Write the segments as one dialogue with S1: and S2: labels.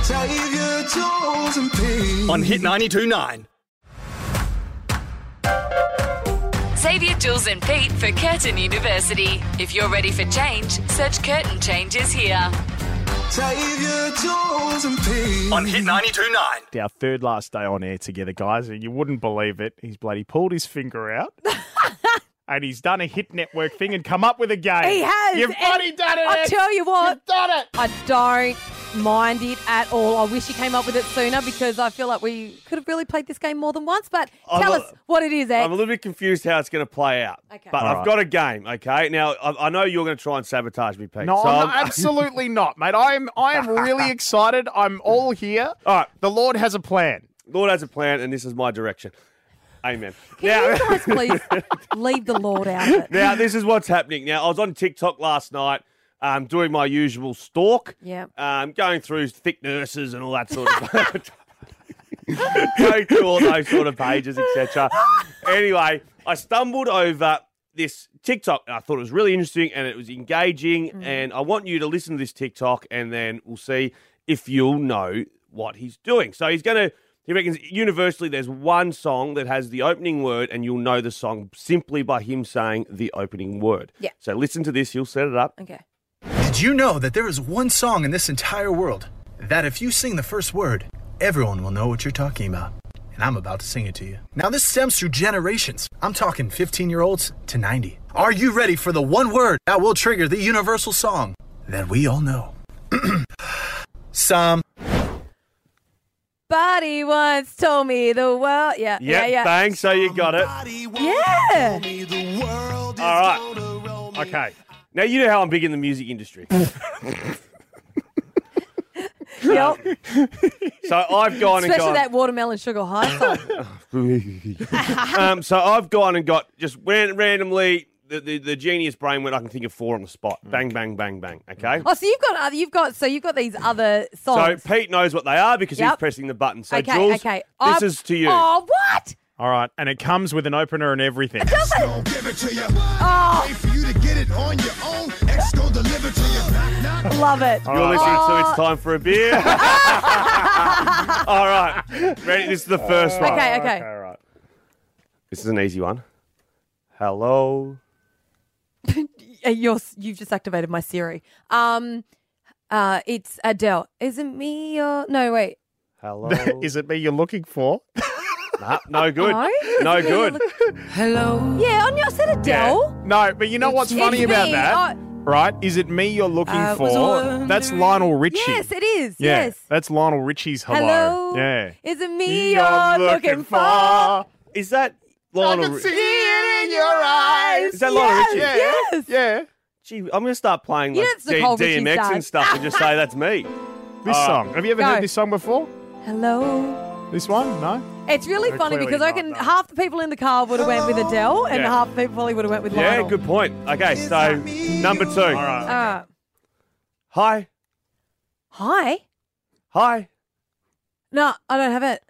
S1: Save your joys and pain.
S2: on Hit 92.9.
S3: Save your Jules and Pete for Curtin University. If you're ready for change, search Curtain Changes here.
S1: Save your joys and pain.
S2: On Hit 92.9.
S4: It's our third last day on air together, guys, and you wouldn't believe it. He's bloody pulled his finger out. And he's done a hit network thing and come up with a game.
S5: He has.
S4: You've
S5: and
S4: bloody done it.
S5: I
S4: Ed.
S5: tell you what,
S4: You've done it.
S5: I don't mind it at all. I wish he came up with it sooner because I feel like we could have really played this game more than once. But
S6: I'm
S5: tell
S6: a-
S5: us what it is,
S6: Oh, I'm a
S5: Ed.
S6: little bit confused how it's going to play out.
S5: Okay.
S6: But
S5: All
S6: I've
S4: right.
S6: got a game, okay? Now, I, I know you're going to try and sabotage me, Pete.
S4: No,
S6: so
S4: I'm,
S6: I'm-
S4: absolutely not, mate. I am. I am really excited. I'm all here.
S6: All right.
S4: The Lord has a plan.
S6: Lord has a plan, and this is my direction. Amen.
S5: Can
S6: now,
S5: you guys please leave the Lord out of it?
S6: now, this is what's happening. Now, I was on TikTok last night um, doing my usual stalk.
S5: Yeah.
S6: Um, going through thick nurses and all that sort of Going through all those sort of pages, etc. Anyway, I stumbled over this TikTok and I thought it was really interesting and it was engaging.
S5: Mm.
S6: And I want you to listen to this TikTok and then we'll see if you'll know what he's doing. So he's going to, he reckons universally there's one song that has the opening word and you'll know the song simply by him saying the opening word.
S5: Yeah.
S6: So listen to this, he'll set it up.
S5: Okay.
S7: Did you know that there is one song in this entire world that if you sing the first word, everyone will know what you're talking about? And I'm about to sing it to you. Now, this stems through generations. I'm talking 15 year olds to 90. Are you ready for the one word that will trigger the universal song that we all know? Some.
S5: Buddy once told me the world. Yeah. Yeah.
S6: Yeah,
S5: Yeah.
S6: bang, so you got it.
S1: Body won't
S5: Yeah.
S1: tell me the world is
S6: All right.
S1: gonna roll me.
S4: Okay.
S6: Now you know how I'm big in the music industry.
S5: Yep.
S6: So I've gone and
S5: Especially
S6: gone.
S5: that watermelon sugar high song.
S6: um, so I've gone and got just ran- randomly the, the, the genius brain went. I can think of four on the spot.
S5: Mm.
S6: Bang, bang, bang, bang. Okay.
S5: Oh, so you've got other. You've got. So you've got these other
S6: So
S5: songs.
S6: Pete knows what they are because he's
S5: Yep.
S6: pressing the button. So
S5: okay.
S6: Jules,
S5: okay.
S6: this
S5: I'm-
S6: is to you.
S5: Oh, what?
S4: All right, and it comes with an opener and everything.
S1: I'll give it to you.
S5: Oh.
S1: Wait for you to get it on your own. X go deliver to you. Knock, knock.
S5: Love it. Oh,
S6: You're listening to It's Time for a Beer. All right. Ready? This is the first one.
S5: Okay. Okay.
S4: All right.
S6: This is an easy one. Hello.
S5: Uh, You're, you've just activated my Siri. Um, uh, it's Adele. Is it me or no? Wait,
S6: Hello.
S4: Is it me you're looking for?
S6: Nah, no good.
S5: No?
S6: No
S5: Is it me
S6: good.
S5: yeah, on your said Adele.
S4: No, but you know what's
S5: It's
S4: funny about
S5: me.
S4: that,
S5: Oh. Uh,
S4: right? Is it me you're looking for? That's Lionel Richie.
S5: Yes, it is.
S4: Yeah,
S5: Yes.
S4: that's Lionel Richie's hello.
S5: Hello.
S4: Yeah.
S5: Is it me you're, looking for?
S6: Is that Lionel? Ri-
S4: it in your eyes.
S6: Is that Lionel Richie?
S4: Yeah.
S5: Yes.
S4: Yeah.
S6: Gee, I'm going to start playing
S5: You
S6: like
S5: know it's
S6: D-
S5: Nicole Richie's
S6: DMX
S5: dad.
S6: and stuff and just say that's me.
S4: This
S6: All right.
S4: song. Have you ever
S5: Go.
S4: heard this song before?
S5: Hello.
S4: This one? No.
S5: It's really
S4: They're
S5: funny
S4: clearly
S5: because I
S4: not
S5: can.
S4: that.
S5: Half the people in the car would have went with Adele, and
S6: Yeah.
S5: half the people probably would have went with
S6: Yeah,
S5: Lionel.
S6: good point. Okay, so number two.
S4: All right.
S5: Uh,
S6: Hi,
S5: hi.
S6: hi.
S5: No, I don't have it.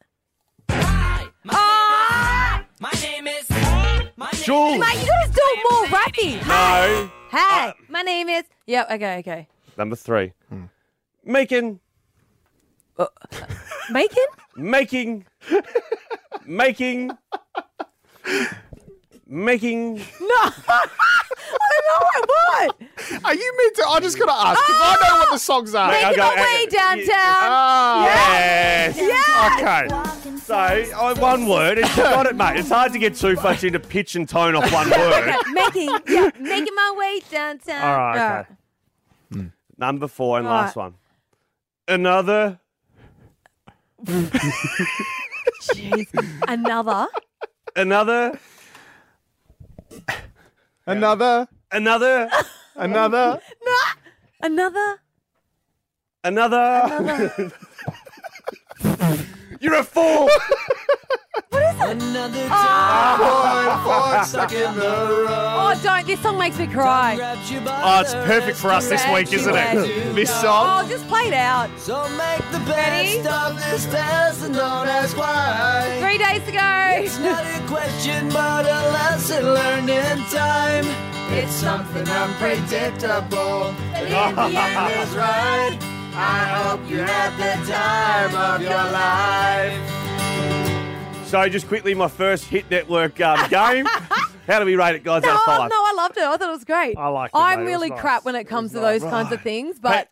S6: Jules.
S5: Oh, Mate, you gotta do more rapping.
S6: No.
S5: Hey, my name is. Yep. Okay. Okay.
S6: Number three. Making,
S5: Macon?
S6: making, making, making.
S5: Oh, I don't know what.
S4: Are you meant to? I just got to ask because I know what the songs are.
S6: Wait,
S5: Making my
S6: go-
S5: way
S6: uh,
S5: downtown.
S4: Oh. Ah.
S6: Yes.
S5: Yes.
S6: Okay. So, I one word. It's got it, mate. It's hard to get too much into pitch and tone off one word.
S5: Okay, making, yeah, making my way downtown.
S4: All right, okay.
S6: Number four and
S5: All right.
S6: last one. Another.
S5: Jeez. Another.
S6: Another.
S4: Another,
S6: Another.
S4: another.
S5: Another.
S6: Another. You're a fool.
S5: Oh, don't. This song makes me cry.
S4: Oh, it's perfect for us this week, isn't it? This song.
S5: Oh, just play it out.
S8: So make the
S5: Ready?
S8: best of this test and don't ask why.
S5: Three days ago.
S8: It's not a question, but a lesson learned in time. It's something unpredictable.
S5: But in the end,
S8: It's right. I hope you had the time of your life.
S6: So just quickly, my first hit network um, game. How do we rate it, guys?
S5: No,
S6: out of
S5: I-
S6: five.
S5: no, I loved it. I thought it was great.
S4: I liked it,
S5: I'm
S4: mate. It was
S5: really
S4: nice.
S5: crap when it comes to those kinds of things, but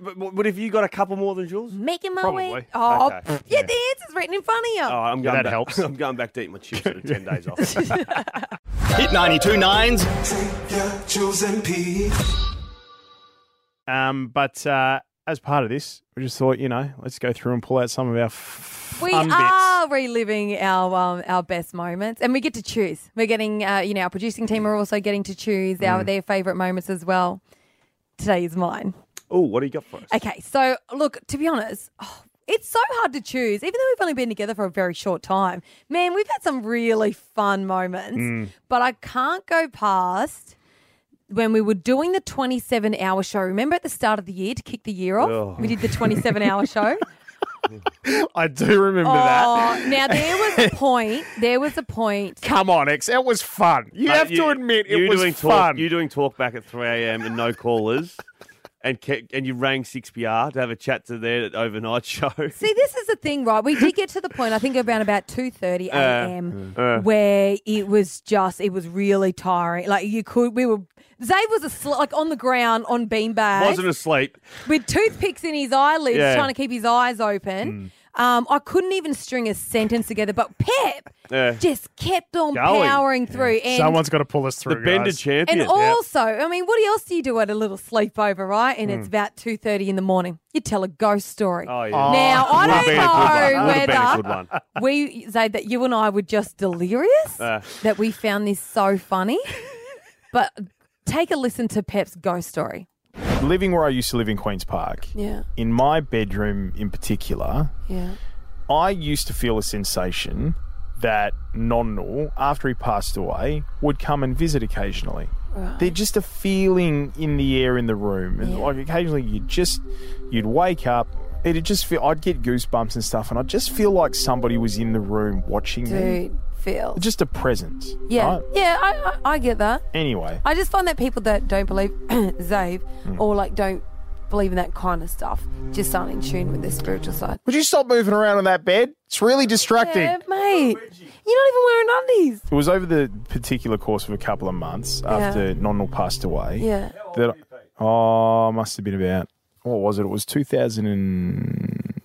S6: But, but what have you got a couple more than Jules?
S5: making my way.
S4: Probably.
S5: Oh,
S6: Okay.
S5: pff,
S6: Yeah.
S5: yeah, the answer's written in front of you.
S6: Oh, I'm going
S4: that
S6: back.
S4: helps.
S6: I'm going back to eat my chips for ten days off.
S2: Hit 92 nines.
S4: Um, but uh, as part of this, we just thought, you know, let's go through and pull out some of our f-
S5: We
S4: fun
S5: are reliving our um, our best moments, and we get to choose. We're getting, uh, you know, our producing team are also getting to choose our their favourite moments as well. Today is mine.
S6: oh, what do you got for us?
S5: Okay, so look, to be honest, oh, it's so hard to choose, even though we've only been together for a very short time. Man, we've had some really fun moments, but I can't go past when we were doing the 27 hour show. Remember at the start of the year to kick the year off?
S6: Oh.
S5: We did the 27 hour show.
S4: bits. I do remember that.
S5: Oh, now there was a point. There was a point.
S4: Come on, X, it was fun. You
S6: Uh,
S4: have
S6: you-
S4: to admit it
S6: you
S4: was
S6: doing
S4: fun.
S6: Talk, you doing talk back at 3 a.m. and no callers, and kept, and you rang 6PR to have a chat to their overnight show. Oh,
S5: See, this is the thing, right? We did get to the point, I think, around about two thirty a.m.,
S6: uh.
S5: where it was just, it was really tiring. Like you could, we were. Zay was asleep, like on the ground on beanbags
S6: Wasn't asleep.
S5: with toothpicks in his eyelids,
S6: Yeah. Hmm.
S5: trying to keep his eyes open. Um, I couldn't even string a sentence together, but Pep
S6: Yeah.
S5: just kept on
S6: Going.
S5: powering through. And
S4: Someone's got to pull us through.
S6: The Bender
S4: guys.
S6: champion.
S5: And also, I mean, what else do you do at a little sleepover, right? And it's about two thirty in the morning. You tell a ghost story.
S6: Hmm. Oh, yeah.
S4: Oh,
S5: Now I
S6: Would've been a good one. Would've
S5: don't
S6: been a good
S5: know
S6: one.
S5: whether we say that you and I were just delirious
S6: Uh.
S5: that we found this so funny, but take a listen to Pep's ghost story.
S4: living where I used to live in Queens Park,
S5: Yeah,
S4: in my bedroom in particular,
S5: yeah.
S4: I used to feel a sensation that Nonnal, after he passed away, would come and visit occasionally. They're just a feeling in the air in the room, and like occasionally you would just you'd wake up. It'd just feel I'd get goosebumps and stuff, and I'd just feel like somebody was in the room watching me.
S5: Dude, Phil.
S4: Just a presence.
S5: yeah,
S4: right?
S5: yeah. I, I I get that.
S4: Anyway,
S5: I just find that people that don't believe Zave
S6: Hmm.
S5: or like don't believe in that kind of stuff just aren't in tune with their spiritual side.
S4: would you stop moving around on that bed? It's really distracting.
S5: Yeah, mate. You're not even wearing undies.
S4: It was over the particular course of a couple of months after Nonnal passed away.
S5: Yeah.
S4: that oh must have been about what was it? It was two thousand and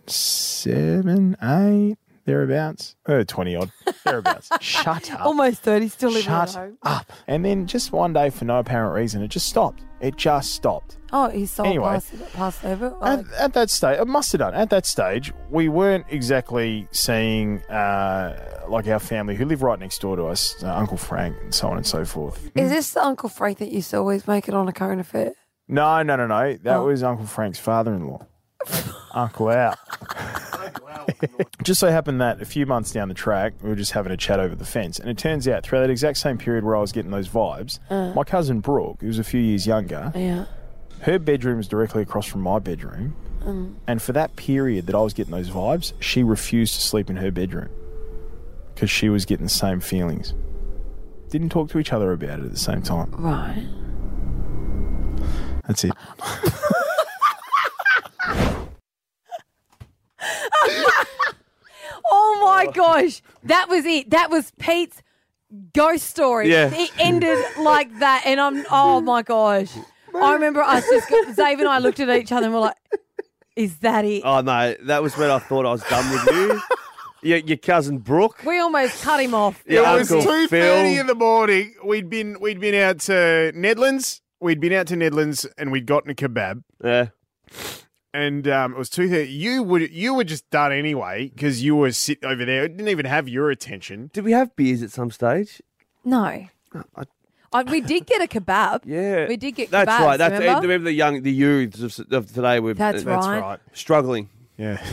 S4: seven, eight thereabouts. Oh, 20 odd thereabouts. Shut up.
S5: Almost 30, still living at
S4: Shut
S5: home.
S4: up. And then just one day, for no apparent reason, it just stopped. It just stopped.
S5: Oh, his soul
S4: Anyway.
S5: passed, passed over.
S4: At, at that stage, it must have done. At that stage, we weren't exactly seeing, uh, like our family who live right next door to us, uh, Uncle Frank and so on and so forth.
S5: Is this the Uncle Frank that used to always make it on a current affair?
S4: No, no, no, no. That was Uncle Frank's father-in-law, Uncle Al. just so happened that a few months down the track, we were just having a chat over the fence, and it turns out throughout that exact same period where I was getting those vibes, my cousin Brooke, who was a few years younger,
S5: Yeah.
S4: her bedroom is directly across from my bedroom, and for that period that I was getting those vibes, she refused to sleep in her bedroom because she was getting the same feelings. Didn't talk to each other about it at the same time.
S5: Right.
S4: That's it.
S5: Oh my gosh. That was it. That was Pete's ghost story.
S6: Yeah.
S5: It ended like that. And I'm, oh my gosh. I remember us just, Zave and I looked at each other and we're like, is that it?
S6: Oh no, that was when I thought I was done with you. your, your cousin Brooke.
S5: We almost cut him off.
S6: Your
S4: It was
S6: Uncle
S4: two thirty
S6: Phil.
S4: in the morning. We'd been we'd been out to Nedlands. We'd been out to Nedlands and we'd gotten a kebab.
S6: Yeah.
S4: And um, it was two thirty. You would you were just done anyway because you were sit over there. It didn't even have your attention.
S6: Did we have beers at some stage?
S5: No. I, we did get a kebab.
S6: Uh, Yeah,
S5: We did get
S6: That's
S5: kebabs,
S6: right. That's
S5: remember?
S6: remember the young, the youths of, of today. We've
S5: That's
S6: uh,
S5: right.
S6: struggling.
S4: Yeah.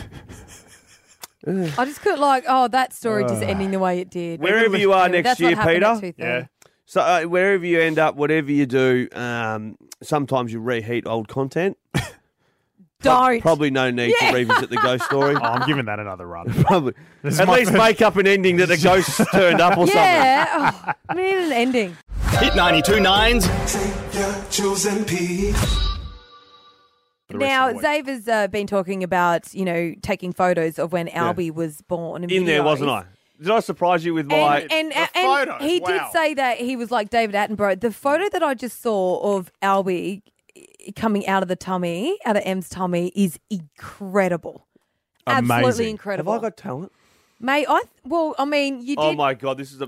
S5: I just could like, oh, that story just ending the way it did.
S6: Wherever Ah. you are
S5: Anyway,
S6: next
S5: that's
S6: year,
S5: what happened at
S6: Peter.
S5: 2:30.
S4: Yeah.
S6: So uh, wherever you end up, whatever you do, um, sometimes you reheat old content.
S5: Don't.
S6: Probably no need to revisit the ghost story.
S4: Oh, I'm giving that another run.
S6: Probably.
S4: This is
S6: At
S4: my
S6: least
S4: first-
S6: make up an ending that the ghost turned up or something.
S5: Yeah. Oh, I need an ending.
S2: Hit 92 nines.
S4: for the rest
S5: now,
S4: of the week.
S5: Zave has uh, been talking about, you know, taking photos of when Albie was born. and
S6: in there,
S5: videos.
S6: wasn't I? Did I surprise you with my?
S5: And, and,
S4: the
S5: and, and
S4: photo,
S5: he did
S4: wow.
S5: say that he was like David Attenborough. The photo that I just saw of Albie eh, coming out of the tummy, out of M's tummy, is incredible.
S4: Amazing.
S5: Absolutely
S6: have
S5: incredible.
S6: I got talent?
S5: Mate, I well, I mean, you did.
S6: Oh my god, this is a,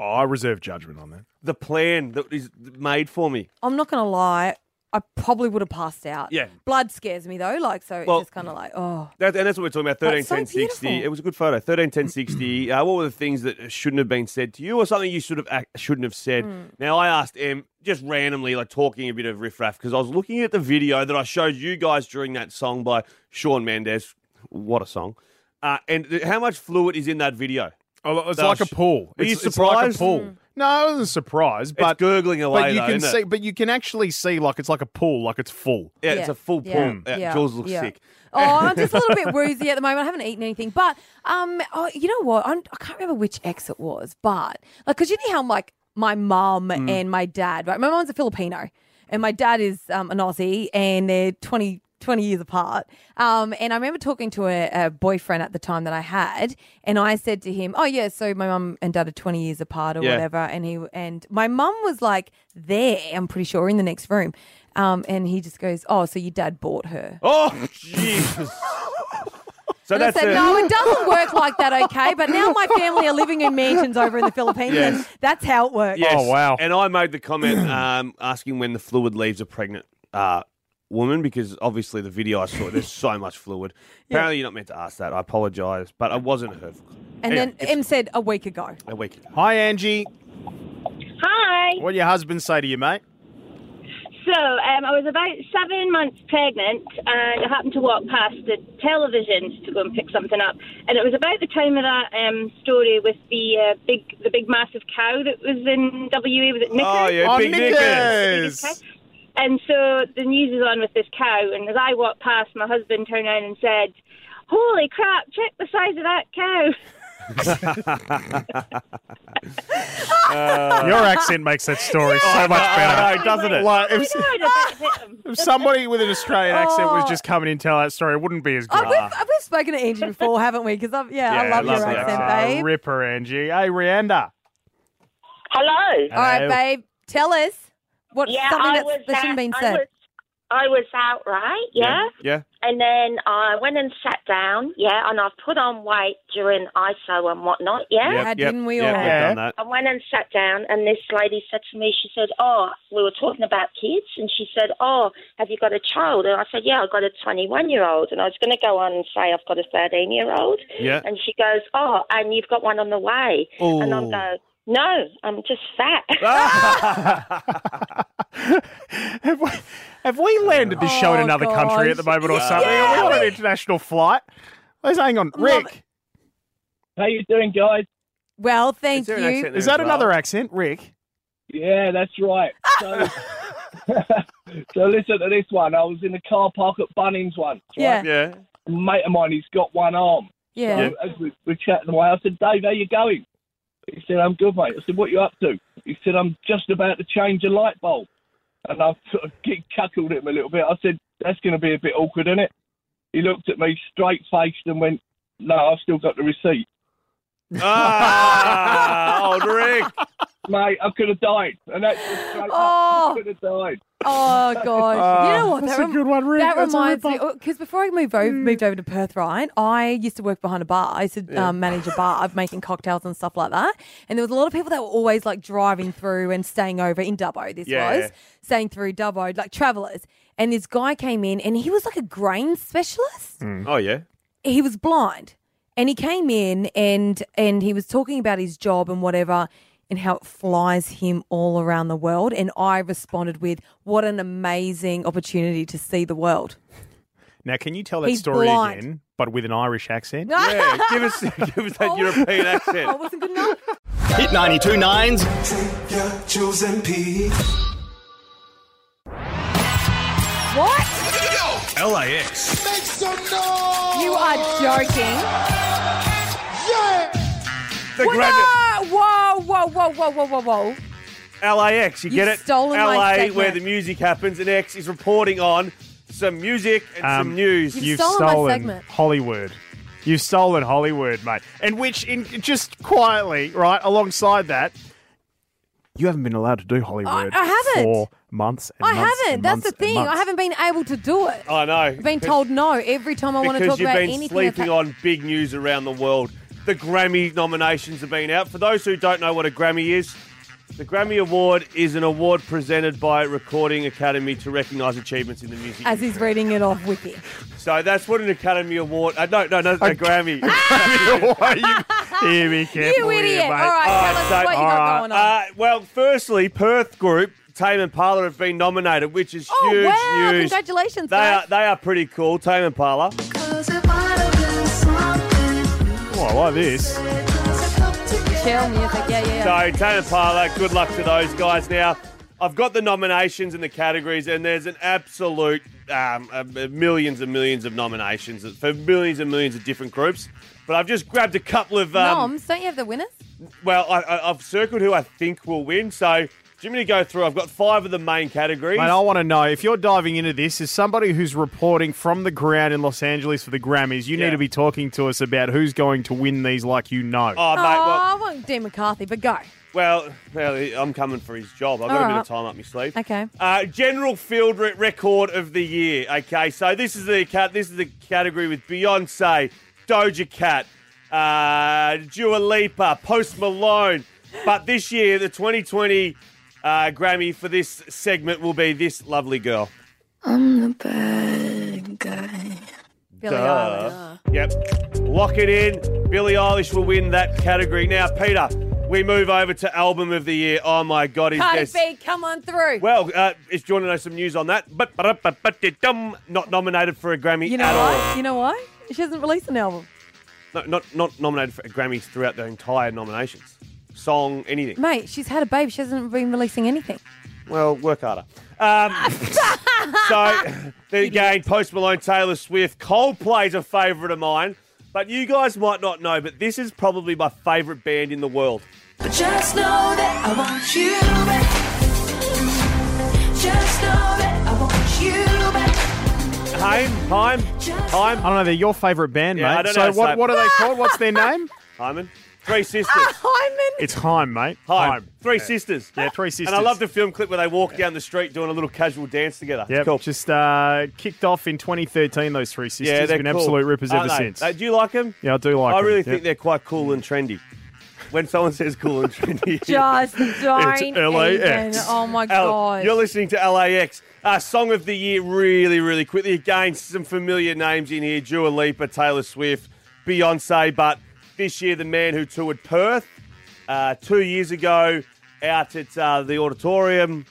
S4: Oh, I reserve judgment on that.
S6: the plan that is made for me.
S5: I'm not gonna lie. I probably would have passed out.
S6: Yeah.
S5: Blood scares me though. Like so,
S6: Well-
S5: it's just kind of like oh.
S6: That, and that's what we're talking about. Thirteen
S5: That's so
S6: ten sixty.
S5: beautiful. Mm.
S6: It was a good photo. Thirteen ten sixty. Uh, what were the things that shouldn't have been said to you, or something you should have ac- shouldn't have said?
S5: Mm.
S6: Now I asked Em just randomly, like talking a bit of riffraff, because I was looking at the video that I showed you guys during that song by Sean Mendes. What a song! Uh, and th- how much fluid is in that video?
S4: Oh, it's
S6: They'll
S4: like a
S6: sh-
S4: pool.
S6: Were you
S4: it's, it's like a
S6: surprised?
S4: pool.
S6: Mm.
S4: No, it wasn't a surprise, but
S6: it's gurgling away.
S4: but you
S6: though,
S4: can
S6: isn't it?
S4: see, but you can actually see like it's like a pool, like it's full.
S6: Yeah, it's
S5: Yeah,
S6: a full pool.
S5: yeah, Mm.
S6: Yeah,
S5: yeah,
S6: Jules looks
S5: yeah.
S6: sick.
S5: Oh, I'm just a little bit woozy at the moment. I haven't eaten anything, but um, oh, you know what? I'm, I can't remember which ex it was, but like, cause you know how like my mum and my dad, right? My mum's a Filipino, and my dad is um, an Aussie, and they're 20, 20 years apart. Um, and I remember talking to a, a boyfriend at the time that I had, and I said to him, "Oh yeah, so my mum and dad are twenty years apart or
S6: Yeah.
S5: whatever." And he and my mum was like there, I'm pretty sure, in the next room. Um, and he just goes, "Oh, so your dad bought her."
S6: Oh, Jesus. so
S5: And I
S6: that's
S5: said,
S6: a-
S5: no, it doesn't work like that, okay? But now my family are living in mansions over in the Philippines, and
S6: Yes.
S5: that's how it works.
S6: Yes.
S4: Oh, wow.
S6: And I made the comment um, asking when the fluid leaves a pregnant uh, woman because obviously the video I saw, there's so much fluid. Apparently, you're not meant to ask that. I apologise, but I wasn't hurtful.
S5: And
S6: Yeah,
S5: then
S6: it's
S5: M said a week ago.
S6: a week.
S4: Hi, Angie.
S9: Hi.
S4: What your husband say to you, mate?
S9: So um, I was about seven months pregnant, and I happened to walk past the television to go and pick something up, and it was about the time of that um, story with the uh, big, the big massive cow that was in WA. Was it Nicker?
S6: Oh, yeah, Big Nickers.
S4: Nickers.
S9: And so the news is on with this cow, and as I walked past, my husband turned around and said, "Holy crap! Check the size of that cow."
S10: Your accent makes that story so much better.
S4: I know, doesn't it? Like, if,
S9: I'd have hit him.
S4: if somebody with an Australian accent was
S5: Oh.
S4: just coming in and telling that story, it wouldn't be as good.
S5: Oh, we've, we've spoken to Angie before, haven't we? Because, yeah, I
S4: Yeah,
S5: love,
S6: love
S5: your
S6: the
S5: accent,
S4: Ah,
S5: babe.
S4: Ripper, Angie. Hey, Rihanna.
S9: Hello.
S5: All right,
S4: Hello.
S5: babe, tell us what's
S9: Yeah,
S5: something
S9: I
S5: that's,
S9: was
S5: that shouldn't
S9: out-
S5: been
S9: I
S5: said.
S9: was, I was out, right? Yeah?
S6: Yeah.
S9: And then I went and sat down. Yeah. And I've put on weight during ISO and whatnot. Yeah.
S5: How didn't we all?
S6: Yep, we've done that.
S9: I went and sat down, and this lady said to me, she said, "Oh, we were talking about kids," and she said, "Oh, have you got a child?" And I said, "Yeah, I've got a 21-year-old," and I was going to go on and say I've got a 13-year-old,
S6: Yeah.
S9: and she goes, "Oh, and you've got one on the way," and
S6: Ooh.
S9: I'm going, "No, I'm just fat."
S4: Have we, have we landed this show in
S5: Oh,
S4: another country
S5: gosh.
S4: at the moment or something? Are we on an international flight? Let's hang on.
S5: Love
S4: Rick.
S11: How you doing, guys?
S5: Well, thank
S6: Is there an accent
S5: you.
S6: there
S4: Is that
S6: as well?
S4: another accent? Rick?
S11: Yeah, that's right. So, so listen to this one. I was in the car park at Bunnings once. Right?
S5: Yeah,
S6: Yeah.
S11: A mate of mine, he's got one arm.
S5: yeah.
S11: So as we, we're chatting away, I said, Dave, how you going? He said, I'm good, mate. I said, what you up to? He said, I'm just about to change a light bulb. And I sort of gig chuckled at him a little bit. I said, that's going to be a bit awkward, isn't it? He looked at me straight faced and went, no, I've still got the receipt.
S6: ah, old Rick.
S11: Mate, I could have died. And that's just straight up.
S5: Oh.
S11: I could have died.
S5: Oh gosh, you know what?
S4: that's
S5: that
S4: a
S5: rem-
S4: good one, Rick.
S5: That
S4: That's a Mm.
S5: reminds
S4: ripper.
S5: me because before I moved over, moved over to Perth, right? I used to work behind a bar. I used to um, manage a bar of making cocktails and stuff like that. And there was a lot of people that were always like driving through and staying over in Dubbo. This
S6: Yeah,
S5: was
S6: yeah.
S5: staying through Dubbo, like travellers. And this guy came in, and he was like a grain specialist.
S6: Oh, yeah.
S5: He was blind, and he came in and and he was talking about his job and whatever. And how it flies him all around the world. And I responded with, What an amazing opportunity to see the world.
S4: Now, can you tell that
S5: He's
S4: story
S5: blind.
S4: again, but with an Irish accent?
S6: Yeah. Give us, give us that European
S5: Oh, it
S6: accent.
S5: wasn't good enough.
S2: Hit 92 nines.
S5: What?
S10: LAX.
S1: Make some noise!
S5: You are joking.
S1: Yeah!
S6: The
S5: Whoa,
S6: grand-
S5: whoa, whoa, whoa, whoa, whoa, whoa, whoa.
S6: LAX, you get
S5: You've
S6: it?
S5: stolen my
S6: LA,
S5: segment.
S6: where the music happens, and X is reporting on some music and some news.
S10: You've, stolen Hollywood. You've stolen Hollywood, mate. And which, in just quietly, right alongside that,
S4: you haven't been allowed to do Hollywood
S5: I- I haven't.
S4: for months. And
S5: I
S4: months
S5: haven't.
S4: and
S5: That's
S4: months
S5: the
S4: and
S5: thing. I
S4: months.
S5: haven't been able to do it.
S6: I know.
S5: I've been told no every time I want to
S6: Oh, because
S5: talk
S6: you've
S5: about
S6: been
S5: anything.
S6: sleeping
S5: that's-
S6: on big news around the world. The Grammy nominations have been out. For those who don't know what a Grammy is, the Grammy Award is an award presented by Recording Academy to recognise achievements in the music.
S5: as he's reading it off Wiki.
S6: So that's what an Academy Award. Uh, no, no, no, a Grammy. you,
S10: hear me
S5: You idiot. All
S6: Oh,
S5: right, tell us
S6: Ah,
S5: what you got going on.
S6: Uh, well, firstly, Perth Group, Tame Impala have been nominated, which is
S5: Oh,
S6: huge
S5: wow.
S6: news.
S5: Congratulations,
S6: They
S5: guys.
S6: are they are pretty cool, Tame Impala. Oh, I like this.
S5: Chill music. Yeah, yeah, yeah.
S6: So, Tana Parla, good luck to those guys. Now, I've got the nominations and the categories, and there's an absolute um, uh, millions and millions of nominations for millions and millions of different groups. But I've just grabbed a couple of. Um,
S5: Noms, don't you have the winners?
S6: Well, I, I, I've circled who I think will win. So, do you want me to go through? I've got five of the main categories.
S10: Mate, I want to know if you're diving into this as somebody who's reporting from the ground in Los Angeles for the Grammys, you need to be talking to us about who's going to win these like you know.
S6: Oh, mate, well,
S5: I want Dean McCarthy, but go.
S6: well, well, I'm coming for his job. I've got
S5: All
S6: a bit
S5: right.
S6: of time up my sleeve.
S5: Okay.
S6: Uh, general field re- record of the year. Okay, so this is the cat. This is the category with Beyonce, Doja Cat, uh, Dua Lipa, Post Malone. But this year, the 2020 uh, Grammy for this segment will be this lovely girl.
S12: I'm the bad guy.
S5: Billie
S6: Duh. Yep. Lock it in. Billie Eilish will win that category. Now, Peter, we move over to album of the year. Oh my God, is
S5: Cardi
S6: this?
S5: B, come on through.
S6: Well, uh, is, do you want to know some news on that? But but but but did dum not nominated for a Grammy
S5: you know
S6: at
S5: why? You know why? She hasn't released an album.
S6: all. No, not not nominated for a Grammy throughout their entire nominations, song, anything.
S5: Mate, she's had a baby. She hasn't been releasing anything.
S6: Well, work harder. Um, so then again, Post Malone, Taylor Swift, Coldplay's a favourite of mine. But you guys might not know, but this is probably my favourite band in the world.
S8: But just know that I want you back. Just know that I want you back.
S6: Haim, Haim, Haim.
S10: I don't know. They're your favourite band,
S6: Yeah,
S10: mate.
S6: I don't
S10: so
S6: know,
S10: what,
S6: so-
S10: what are they called? What's their name?
S6: Hyman. Three sisters.
S5: Ah! Hyman.
S10: It's Heim, mate.
S6: Heim.
S10: Heim.
S6: Three sisters.
S10: Yeah, three sisters.
S6: And I love the film clip where they walk down the street doing a little casual dance together.
S10: Yep, just uh, kicked off in 2013. Those three sisters
S6: Yeah,
S10: It's
S6: they're
S10: been
S6: cool.
S10: absolute rippers ever
S6: Aren't they?
S10: since.
S6: Uh, do you like them?
S10: yeah, I do like.
S6: I
S10: them.
S6: really
S10: Yep.
S6: think they're quite cool and trendy. When someone says cool and trendy,
S5: Just don't
S6: LAX.
S5: even. Oh my
S6: Al-
S5: god.
S6: You're listening to LAX. Uh, Song of the Year, really, really quickly. Again, some familiar names in here Dua Lipa, Taylor Swift, Beyonce. But this year, the man who toured Perth uh, two years ago out at uh, the auditorium,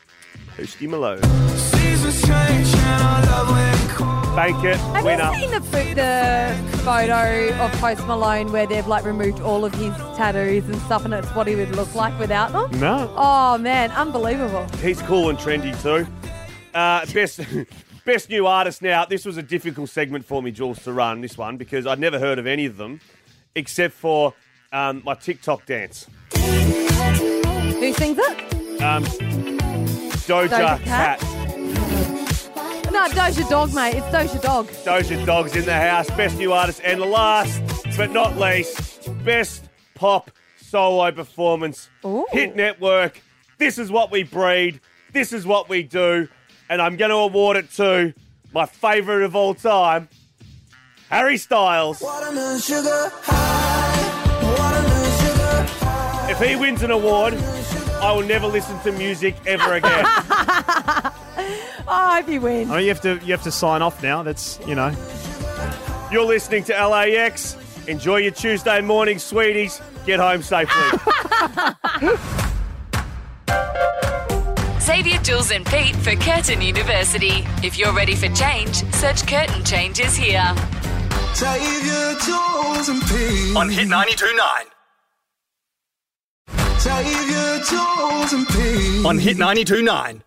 S6: Husky Malone.
S8: Seasons change and our love went cold.
S6: Bank it,
S5: Have
S6: winner.
S5: you seen the, fo- the photo of Post Malone where they've like removed all of his tattoos and stuff, and it's what he would look like without them?
S6: No.
S5: Oh man, unbelievable.
S6: He's cool and trendy too. Uh, best best new artist now. This was a difficult segment for me, Jules, to run this one because I'd never heard of any of them except for um, my TikTok dance.
S5: Who sings it?
S6: Um, Doja,
S5: Doja
S6: Cat.
S5: Cat? No, Doja Dog, mate. It's Doja Dog.
S6: Doja Dog's in the house. Best new artist. And last but not least, best pop solo performance. Hit Network. This is what we breed. This is what we do. And I'm going to award it to my favourite of all time, Harry Styles.
S8: Watermelon sugar.
S6: If he wins an award, I will never listen to music ever again.
S5: Oh, if you win.
S10: I mean, you have to you have to sign off now. That's you know.
S6: You're listening to LAX. Enjoy your Tuesday morning, sweeties. Get home safely.
S3: Xavier, Jules, and Pete for Curtin University. If you're ready for change, search Curtain Changes here.
S8: Save your tools and pain.
S2: On Hit 92.9.
S8: Save your tools and pain.
S2: On Hit 92.9.